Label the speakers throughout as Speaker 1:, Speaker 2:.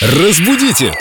Speaker 1: Разбудите!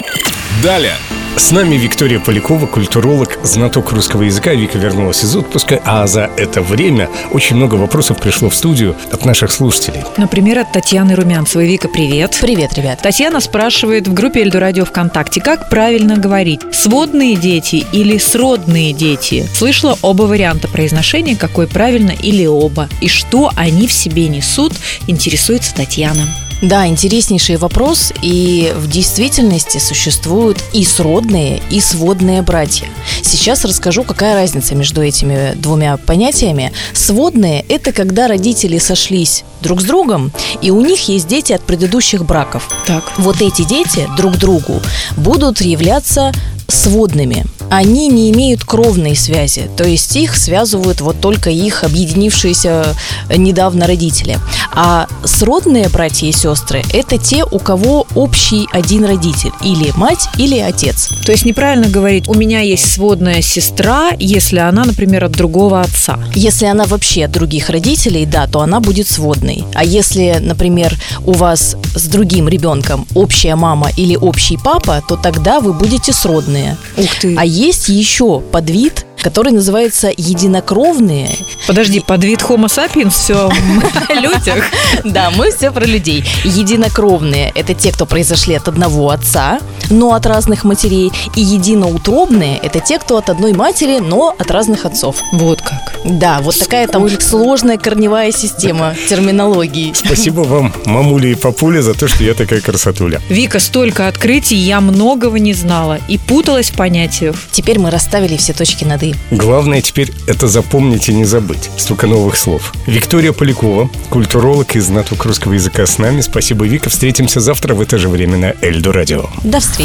Speaker 1: Далее!
Speaker 2: С нами Виктория Полякова, культуролог, знаток русского языка. Вика вернулась из отпуска, а за это время очень много вопросов пришло в студию от наших слушателей.
Speaker 3: Например, от Татьяны Румянцевой. Вика, привет.
Speaker 4: Привет, ребят.
Speaker 3: Татьяна спрашивает в группе Эльдорадио ВКонтакте, как правильно говорить, сводные дети или сродные дети? Слышала оба варианта произношения, какой правильно или оба, и что они в себе несут, интересуется Татьяна.
Speaker 4: Да, интереснейший вопрос, и в действительности существуют и сродные, и сводные братья. Сейчас расскажу, какая разница между этими двумя понятиями. Сводные – это когда родители сошлись друг с другом, и у них есть дети от предыдущих браков.
Speaker 3: Так.
Speaker 4: Вот эти дети друг другу будут являться сводными. Они не имеют кровной связи, то есть их связывают вот только их объединившиеся э, недавно родители. А сродные братья и сестры – это те, у кого общий один родитель, или мать, или отец.
Speaker 3: То есть неправильно говорить, у меня есть сводная сестра, если она, например, от другого отца.
Speaker 4: Если она вообще от других родителей, да, то она будет сводной. А если, например, у вас с другим ребенком общая мама или общий папа, то тогда вы будете сродные.
Speaker 3: Ух ты.
Speaker 4: А есть еще подвид, который называется единокровные.
Speaker 3: Подожди, под вид Homo sapiens все о людях.
Speaker 4: Да, мы все про людей. Единокровные – это те, кто произошли от одного отца, но от разных матерей. И единоутробные – это те, кто от одной матери, но от разных отцов.
Speaker 3: Вот как.
Speaker 4: Да, вот такая там сложная корневая система терминологии.
Speaker 2: Спасибо вам, мамуля и папуля, за то, что я такая красотуля.
Speaker 3: Вика, столько открытий, я многого не знала и путалась в понятиях.
Speaker 4: Теперь мы расставили все точки над «и».
Speaker 2: Главное теперь это запомнить и не забыть. Столько новых слов. Виктория Полякова, культуролог и знаток русского языка с нами. Спасибо, Вика. Встретимся завтра в это же время на Эльдо Радио.
Speaker 4: До встречи.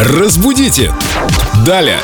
Speaker 1: Разбудите! Далее!